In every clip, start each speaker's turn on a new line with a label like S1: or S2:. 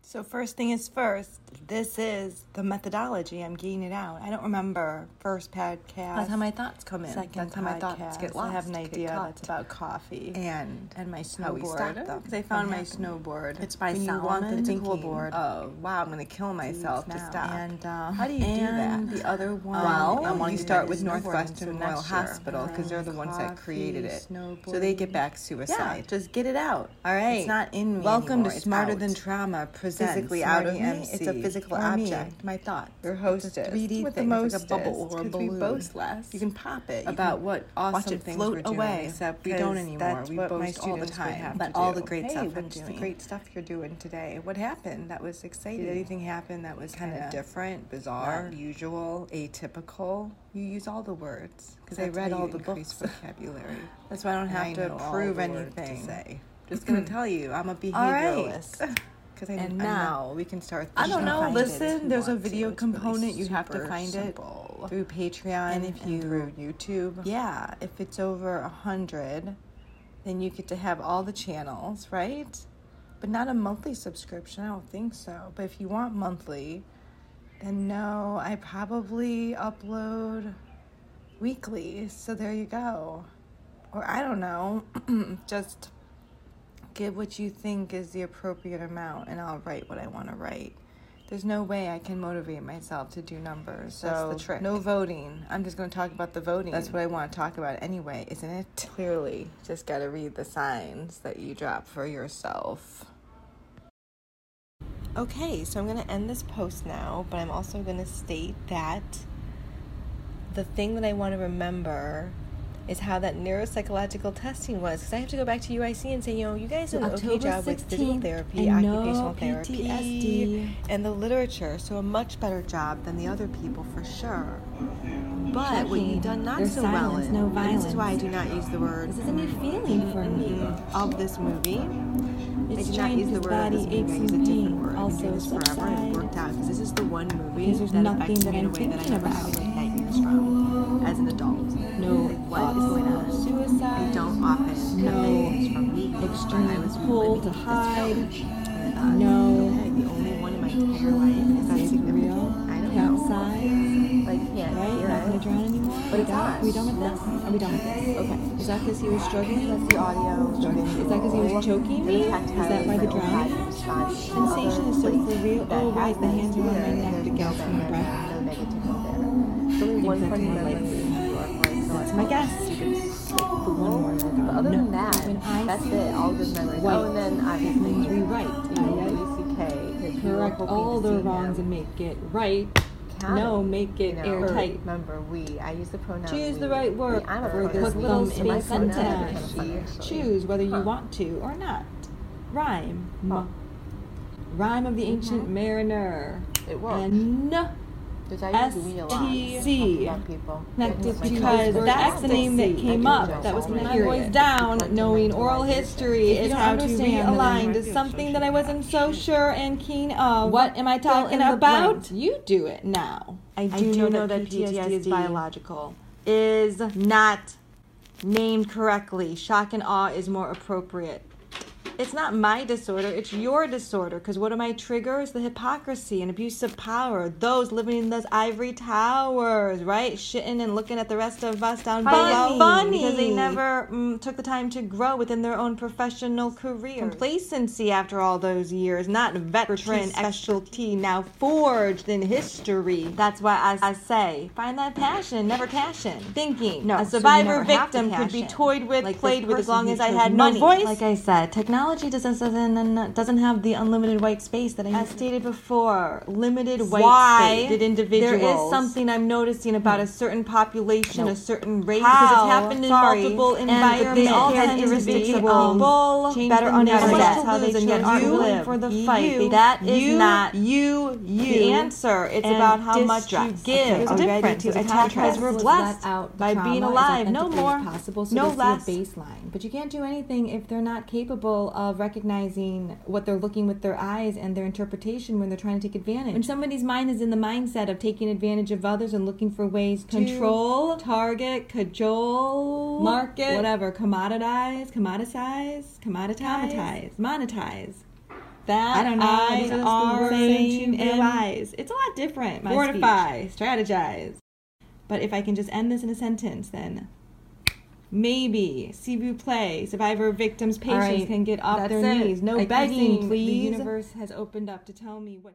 S1: So, first thing is first, this is the methodology. I'm getting it out. I don't remember first podcast.
S2: By the time my thoughts come in,
S1: second
S2: by the time my thoughts
S1: podcast,
S2: get lost,
S1: I have an
S2: get
S1: idea
S2: caught.
S1: that's about coffee
S2: and
S1: and my
S2: how we
S1: snowboard.
S2: started,
S1: Because I found
S2: what
S1: my
S2: happened.
S1: snowboard.
S2: It's by
S1: when you want
S2: Salomon
S1: the thinking
S2: Pickleboard.
S1: of
S2: Oh wow, I'm gonna kill myself to
S1: now.
S2: stop.
S1: And um,
S2: how do you do
S1: and
S2: that?
S1: the other one.
S2: Well,
S1: I'm
S2: you
S1: wanting to
S2: start
S1: get
S2: with
S1: snowboarding, so
S2: Northwestern
S1: next
S2: Royal
S1: year. Oh,
S2: Hospital because they're the ones that
S1: Coffee,
S2: created it. So they get
S1: snowboarding.
S2: back
S1: Yeah,
S2: suicide.
S1: just get it out.
S2: All right.
S1: It's not in me.
S2: Welcome
S1: anymore.
S2: to
S1: It's
S2: Smarter
S1: out.
S2: Than Trauma presents
S1: Physically out of
S2: Marty
S1: me.
S2: MC.
S1: It's a physical
S2: Or me.
S1: object. My thought.
S2: Your
S1: host
S2: hostess.
S1: 3D
S2: With the
S1: thing. It's like a
S2: mostest,
S1: bubble or a
S2: 'cause we
S1: balloon.
S2: boast less.
S1: You can pop it. You
S2: about
S1: can
S2: what awesome
S1: watch it
S2: things
S1: float
S2: we're doing,
S1: away.
S2: except we don't
S1: 'cause
S2: anymore.
S1: That's
S2: We
S1: what my
S2: boast all the
S1: students would
S2: time
S1: have
S2: about
S1: to
S2: all
S1: do.
S2: the great
S1: hey,
S2: stuff we're
S1: what's the
S2: doing.
S1: great stuff you're doing today.
S2: What happened that was exciting? Did anything happen that was kind
S1: Kinda
S2: of different, bizarre, unusual, atypical? You use all the words because I
S1: That's how
S2: read
S1: you
S2: all the
S1: increase
S2: books. vocabulary.
S1: That's why I don't
S2: I
S1: have to prove anything.
S2: say. Just gonna tell you, I'm a
S1: behavioralist.
S2: behavioralist. Because
S1: And
S2: now we can start.
S1: I don't
S2: thinking
S1: know.
S2: about it if
S1: Listen,
S2: you
S1: there's a
S2: want to.
S1: video
S2: It's really
S1: component. You have to
S2: super
S1: find
S2: simple.
S1: it through Patreon
S2: And if you-
S1: through YouTube. Yeah, if it's over a hundred, then you get to have all the channels, right? But not a monthly subscription. I don't think so. But if you want monthly, then no, I probably upload weekly. So there you go. Or I don't know. Just give what you think is the appropriate amount and I'll write what I want to write. There's no way I can motivate myself to do numbers. So
S2: That's the trick.
S1: No voting. I'm just going to talk about the voting.
S2: That's
S1: what I want to talk about anyway, isn't it? Clearly, just got to read the signs that you drop for yourself. Okay, so I'm going to end this post now, but I'm also going to state that the thing that I want to remember is how that neuropsychological testing was. Because I have to go back to UIC and say, you know, you guys did an okay
S2: October
S1: job with physical
S2: 16th,
S1: therapy,
S2: and no
S1: occupational therapy,
S2: PTSD.
S1: and the literature. So a much better job than the other people for sure. But what
S3: Checking.
S1: you've done not
S3: There's
S1: so well
S3: silence,
S1: in,
S3: no
S1: and this is why I
S3: violence.
S1: do not use the word
S3: This is a new feeling for me.
S1: of this movie. I
S3: It's
S1: did not
S3: strange
S1: use the
S3: because
S1: word of this movie. I
S3: body aches
S1: used a
S3: and
S1: different
S3: pain
S1: word. I
S3: also
S1: did this forever and
S3: subside.
S1: it worked out because this is the one movie
S3: Because there's
S1: that
S3: nothing
S1: affects
S3: that
S1: me in a
S3: I'm
S1: way that I
S3: thinking
S1: never
S3: about.
S1: have like nightmares from as an adult.
S3: No
S1: What is
S3: thoughts
S1: going
S3: of
S1: on?
S3: suicide.
S1: I don't often have
S3: No
S1: nightmares from me.
S3: extreme
S1: I was
S3: pull
S1: living
S3: to
S1: this film.
S3: hide.
S1: And I thought,
S3: No.
S1: Okay, the only one in my entire life is that
S3: Is it
S1: significant.
S3: real?
S1: I don't
S3: The
S1: know.
S3: outside?
S1: Like, yeah,
S3: Right? Not
S1: yeah.
S3: gonna drown anymore?
S1: But
S3: we
S1: it's
S3: done?
S1: not.
S3: We done with this? Are we done with this? Okay. Is that because he was struggling?
S1: That's the audio.
S3: Is that because he was choking me? Is that why the drowning? Sensation is so for real. Oh, right, the hands around my neck to get from my breath.
S1: No negativity there. Really
S3: I
S1: one
S3: think that's
S1: funny
S3: more
S1: memory.
S3: likely.
S1: That's
S3: That's my guess. One more.
S1: But other
S3: No.
S1: than that,
S3: When I
S1: that's
S3: see
S1: it. All good memories.
S3: white,
S1: Oh, and then obviously
S3: means
S1: you
S3: rewrite.
S1: know, Louis C.K. because we were
S3: Correct
S1: hoping
S3: all
S1: to
S3: the
S1: see
S3: wrongs
S1: him
S3: and make it right.
S1: count
S3: No,
S1: it,
S3: make
S1: you
S3: it
S1: know.
S3: airtight.
S1: Remember, we. I use the pronoun.
S3: Choose
S1: we.
S3: the right word
S1: I'm a
S3: for this
S1: pronoun.
S3: little
S1: So my
S3: sentence.
S1: pronoun is kind of funny, actually.
S3: Choose whether
S1: Huh.
S3: you want to or not. Rhyme.
S1: Huh. Mm-hmm.
S3: Rhyme of the ancient mariner.
S1: It worked.
S3: And
S1: Because I used we a lot.
S3: STC.
S1: Young people.
S3: Not
S1: Because
S3: just
S1: my
S3: because
S1: kids-
S3: that's the name that came up. That was putting my voice down. Knowing oral history is how to realign to something that I wasn't so sure and keen of. What am I talking about? You do it now. I do know that PTSD is biological. Is not named correctly. Shock and awe is more appropriate. It's not my disorder, it's your disorder. Because what are my triggers? The hypocrisy and abuse of power. Those living in those ivory towers, right? Shitting and looking at the rest of us down below.
S2: Funny.
S3: Because they never mm, took the time to grow within their own professional career. Complacency after all those years, not veteran specialty, now forged in history. That's why I, I say find that passion, never cashin. Thinking. No, a
S2: so you
S3: survivor
S2: never have to
S3: victim could be
S2: cash in.
S3: toyed with,
S2: Like this
S3: played with, as
S2: person
S3: long
S2: who
S3: as I
S2: chose
S3: had
S2: no
S3: money.
S2: voice.
S3: Like I said, technology doesn't doesn't, doesn't have the unlimited white space that I. As stated before, limited white
S2: Why
S3: space.
S2: did individuals-
S3: There is Hmm. something I'm noticing about a certain population, a certain race,
S2: How?
S3: because it's happened in
S2: Sorry.
S3: multiple
S2: And
S3: environments.
S2: they all tend to be, um, change
S3: better
S2: the narrative.
S3: understand
S2: How much
S3: how
S2: to
S3: they
S2: lose
S3: chose
S2: and yet aren't
S3: you
S2: willing
S3: for the fight. that is not
S2: you.
S3: the answer. It's
S2: and
S3: about how much you
S2: distress.
S3: give.
S2: Okay,
S3: It's
S2: are we ready
S3: different
S2: to
S3: because
S2: attack
S3: because
S2: this?
S3: we're
S2: Let's
S3: blessed
S2: let out the
S3: by
S2: trauma
S3: being
S2: as
S3: alive. No
S2: authentically
S3: more,
S2: as possible so
S3: no
S2: they see a
S3: less.
S2: baseline.
S3: But you can't do anything if they're not capable of recognizing what they're looking with their eyes and their interpretation when they're trying to take advantage. When somebody's mind is in the mindset of taking advantage of others and looking for ways to control, target, cajole, market, whatever, commoditize, commoditize, commoditize, monetize
S4: that
S3: I don't know. These are the things
S4: I-R-E-M.
S3: you realize. It's a lot different. My
S4: fortify, strategize. But if I can just end this in a sentence, then maybe Cebu play survivor victims patients
S3: right.
S4: can get off
S3: That's
S4: their
S3: it.
S4: knees. No
S3: I keep saying,
S4: begging,
S3: the
S4: please. The universe
S3: universe
S4: has opened up to tell me what.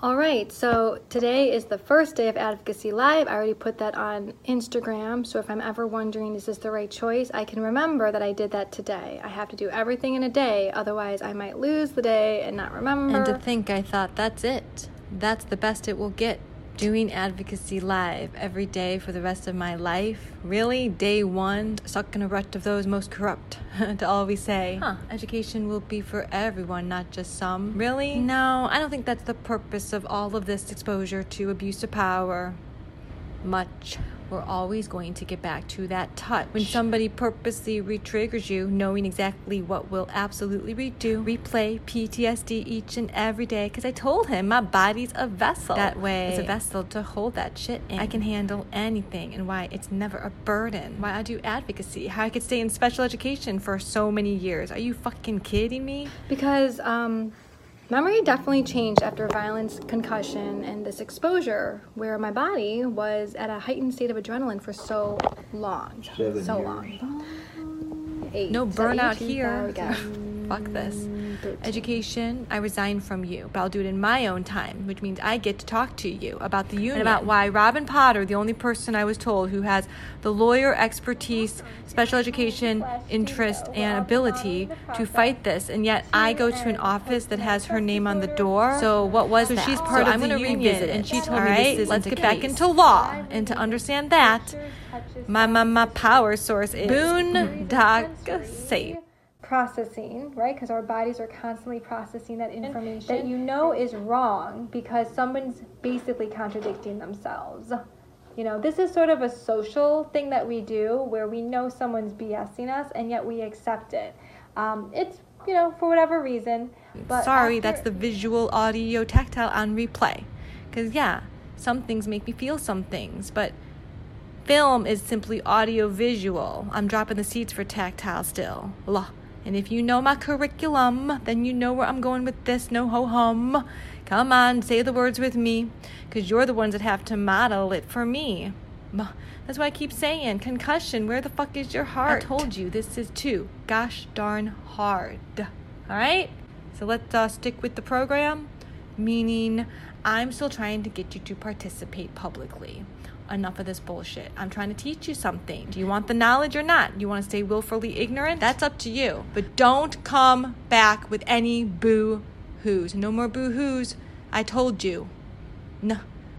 S5: All right, so today is the first day of Advocacy Live. I already put that on Instagram, so if I'm ever wondering, is this the right choice? I can remember that I did that today. I have to do everything in a day, otherwise, I might lose the day and not remember.
S1: And to think I thought that's it. That's the best it will get. Doing advocacy live every day for the rest of my life. Really? Day one, stuck in a rut of those most corrupt. to always say, huh, education will be for everyone, not just some. Really? No, I don't think that's the purpose of all of this exposure to abuse of power much. We're always going to get back to that touch. When somebody purposely re-triggers you, knowing exactly what will absolutely redo, replay PTSD each and every day. Because I told him my body's a vessel. That way, it's a vessel to hold that shit in. I can handle anything, and why it's never a burden. Why I do advocacy. How I could stay in special education for so many years. Are you fucking kidding me?
S5: because um, memory definitely changed after violence, concussion, and this exposure, where my body was at a heightened state of adrenaline for so long,
S6: Seven
S5: so
S6: years.
S5: long. Eight.
S1: No
S5: Is that
S1: burnout
S5: eight?
S1: here.
S5: There we go.
S1: Fuck this.
S5: Thirteen.
S1: Education, I resign from you, but I'll do it in my own time, which means I get to talk to you about the union. And about why Robin Potter, the only person I was told who has the lawyer expertise, special education interest, and ability to fight this, and yet I go to an office that has her name on the door. So what was that?
S3: she's part
S1: so
S3: of
S1: I'm
S3: the
S1: gonna
S3: union,
S1: revisit it.
S3: and she told
S1: All
S3: me this
S1: right,
S3: isn't
S1: let's
S3: the
S1: get back
S3: case.
S1: into law, and to understand that, my my my power source is boondock safe.
S5: processing, right? Because our bodies are constantly processing that information that you know is wrong because someone's basically contradicting themselves. You know, this is sort of a social thing that we do where we know someone's BSing us and yet we accept it. Um, it's, you know, for whatever reason. But
S1: Sorry,
S5: after-
S1: that's the visual, audio, tactile on replay. Because, yeah, some things make me feel some things, but film is simply audio visual. I'm dropping the seeds for tactile still. Lah. And if you know my curriculum, then you know where I'm going with this. No ho hum. Come on, say the words with me, because you're the ones that have to model it for me. Ma- That's why I keep saying concussion. Where the fuck is your heart? I told you this is too gosh darn hard. All right, so let's uh, stick with the program. Meaning, I'm still trying to get you to participate publicly. Enough of this bullshit. I'm trying to teach you something. Do you want the knowledge or not? You want to stay willfully ignorant? That's up to you. But don't come back with any boo hoos. No more boo hoos. I told you. No.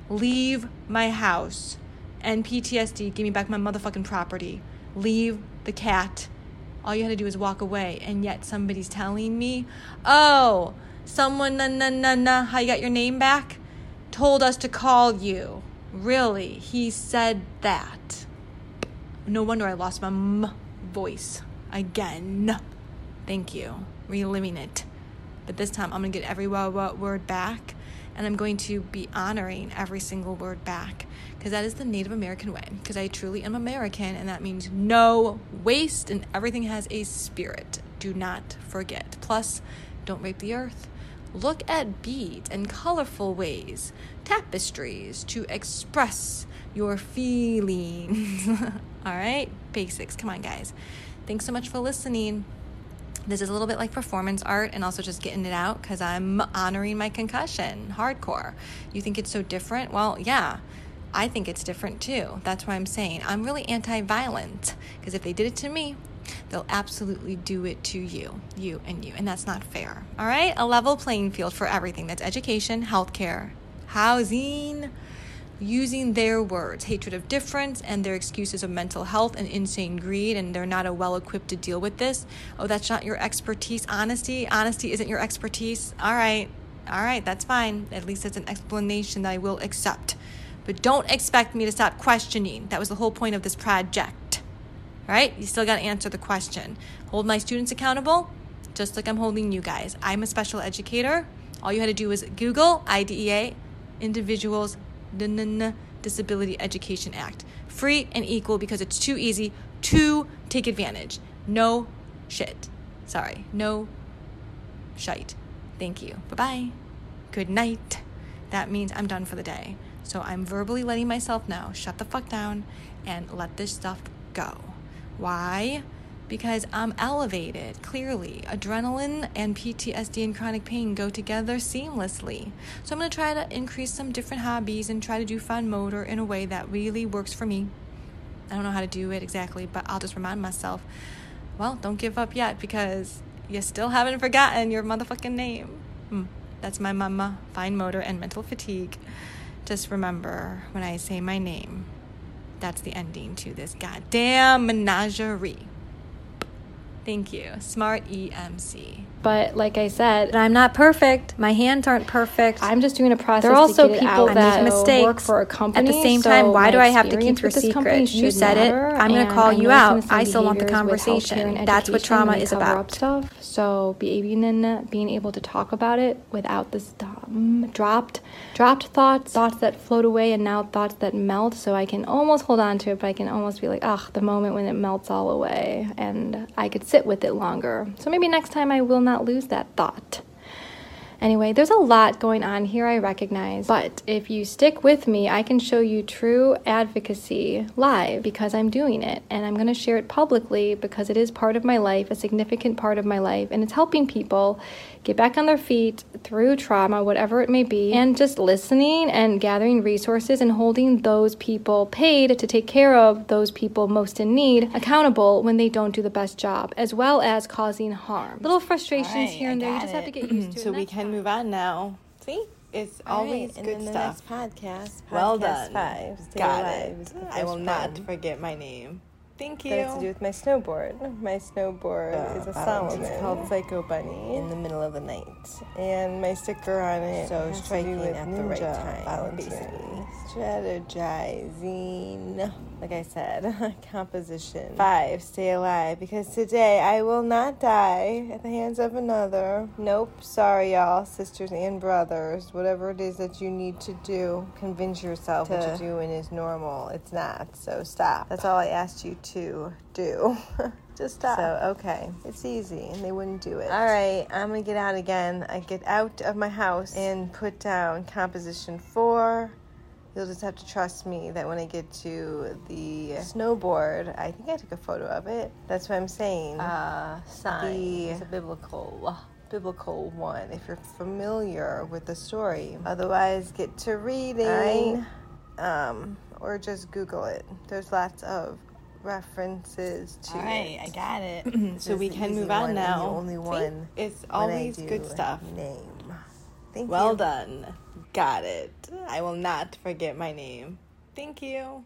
S1: Leave my house. And PTSD, give me back my motherfucking property. Leave the cat. All you had to do is walk away. And yet somebody's telling me, oh, someone, na na na na, how you got your name back? Told us to call you. Really? He said that. No wonder I lost my m voice again. Thank you. Reliving it. But this time I'm going to get every wa- wa- word back and I'm going to be honoring every single word back because that is the Native American way because I truly am American and that means no waste and everything has a spirit. Do not forget. Plus, don't rape the earth. Look at beads and colorful ways, tapestries to express your feelings. All right, basics. Come on, guys. Thanks so much for listening this is a little bit like performance art and also just getting it out because I'm honoring my concussion hardcore. You think it's so different? Well, yeah, I think it's different too. That's why I'm saying I'm really anti violent because if they did it to me, they'll absolutely do it to you, you, and you. And that's not fair. All right? A level playing field for everything that's education, healthcare, housing using their words, hatred of difference, and their excuses of mental health and insane greed, and they're not well equipped to deal with this. Oh, that's not your expertise. Honesty, honesty isn't your expertise. All right, all right, that's fine. At least it's an explanation that I will accept. But don't expect me to stop questioning. That was the whole point of this project right? You still got to answer the question. Hold my students accountable, just like I'm holding you guys. I'm a special educator. All you had to do was Google IDEA, Individuals N- N- N- Disability Education Act. Free and equal because it's too easy to take advantage. No shit. Sorry. No
S7: shite. Thank you. Bye bye. Good night. That means I'm done for the day. So I'm verbally letting myself know shut the fuck down and let this stuff go. Why? Because I'm elevated, clearly. Adrenaline and PTSD and chronic pain go together seamlessly. So I'm gonna try to increase some different hobbies and try to do fun motor in a way that really works for me. I don't know how to do it exactly, but I'll just remind myself well, don't give up yet because you still haven't forgotten your motherfucking name. Hmm. That's my mama, fine motor, and mental fatigue. Just remember when I say my name, that's the ending to this goddamn menagerie. Thank you, Smart E EMC.
S8: But like I said, I'm not perfect. My hands aren't perfect.
S5: I'm just doing a process.
S8: There are also
S5: to get
S8: people
S5: it out.
S8: that
S5: I make
S8: mistakes.
S5: work for a company.
S8: At the same
S5: so
S8: time, why
S5: my
S8: do I have to keep
S5: experience
S8: your
S5: with this company
S8: secret? You
S5: should
S8: said it.
S5: matter,
S8: I'm going
S5: and
S8: to call
S5: I
S8: you
S5: know some of
S8: out.
S5: the same
S8: I still want the
S5: behaviors with healthcare
S8: conversation.
S5: and
S8: That's what
S5: education and
S8: trauma
S5: they
S8: is
S5: cover up
S8: about.
S5: Stuff. So being being able to talk about it without this um, dropped dropped thoughts, thoughts that float away, and now thoughts that melt. So I can almost hold on to it, but I can almost be like, ugh, the moment when it melts all away, and I could sit with it longer. So maybe next time I will not lose that thought. Anyway, there's a lot going on here, I recognize. But if you stick with me, I can show you true advocacy live because I'm doing it. And I'm going to share it publicly because it is part of my life, a significant part of my life. And it's helping people get back on their feet through trauma, whatever it may be. And just listening and gathering resources and holding those people paid to take care of those people most in need accountable when they don't do the best job, as well as causing harm. Little frustrations
S3: All right,
S5: here and
S3: I
S5: there. You
S3: got
S5: just have
S3: it.
S5: to get used to it.
S3: so
S5: and
S3: we
S5: that's
S3: can move on now. See, it's always
S1: and
S3: good
S1: then
S3: stuff.
S1: The next podcast, podcast
S3: well done.
S1: Five, Stay
S3: got
S1: Alive is
S3: it.
S1: the
S3: I
S1: first
S3: will not
S1: poem
S3: forget my name. Thank you.
S1: That has to do with my snowboard. My snowboard
S3: Oh,
S1: is a
S3: wow.
S1: Solomon. It's called Psycho Bunny. In the middle of the night. And my sticker on it. So has striking to do with at the right time. Volunteering. Strategizing. Like I said, composition. Five, stay alive because today I will not die at the hands of another. Nope, sorry, y'all, sisters and brothers. Whatever it is that you need to do, convince yourself what you're doing is normal. It's not, so stop. That's all I asked you to do. Just stop. So, okay. It's easy, and they wouldn't do it. All right, I'm gonna get out again. I get out of my house and put down composition four. You'll just have to trust me that when I get to the snowboard, I think I took a photo of it. That's what I'm saying. Uh, sign. The it's a biblical, biblical one. If you're familiar with the story, otherwise get to reading, um, or just Google it. There's lots of references to
S3: All right,
S1: it.
S3: I got it. so
S1: This
S3: we
S1: is
S3: can
S1: the easy
S3: move
S1: one
S3: on
S1: and the
S3: now.
S1: only
S3: See?
S1: one
S3: It's
S1: when I
S3: always good
S1: do
S3: stuff.
S1: Name. Thank you.
S3: Well done. Got it. I will not forget my name. Thank you.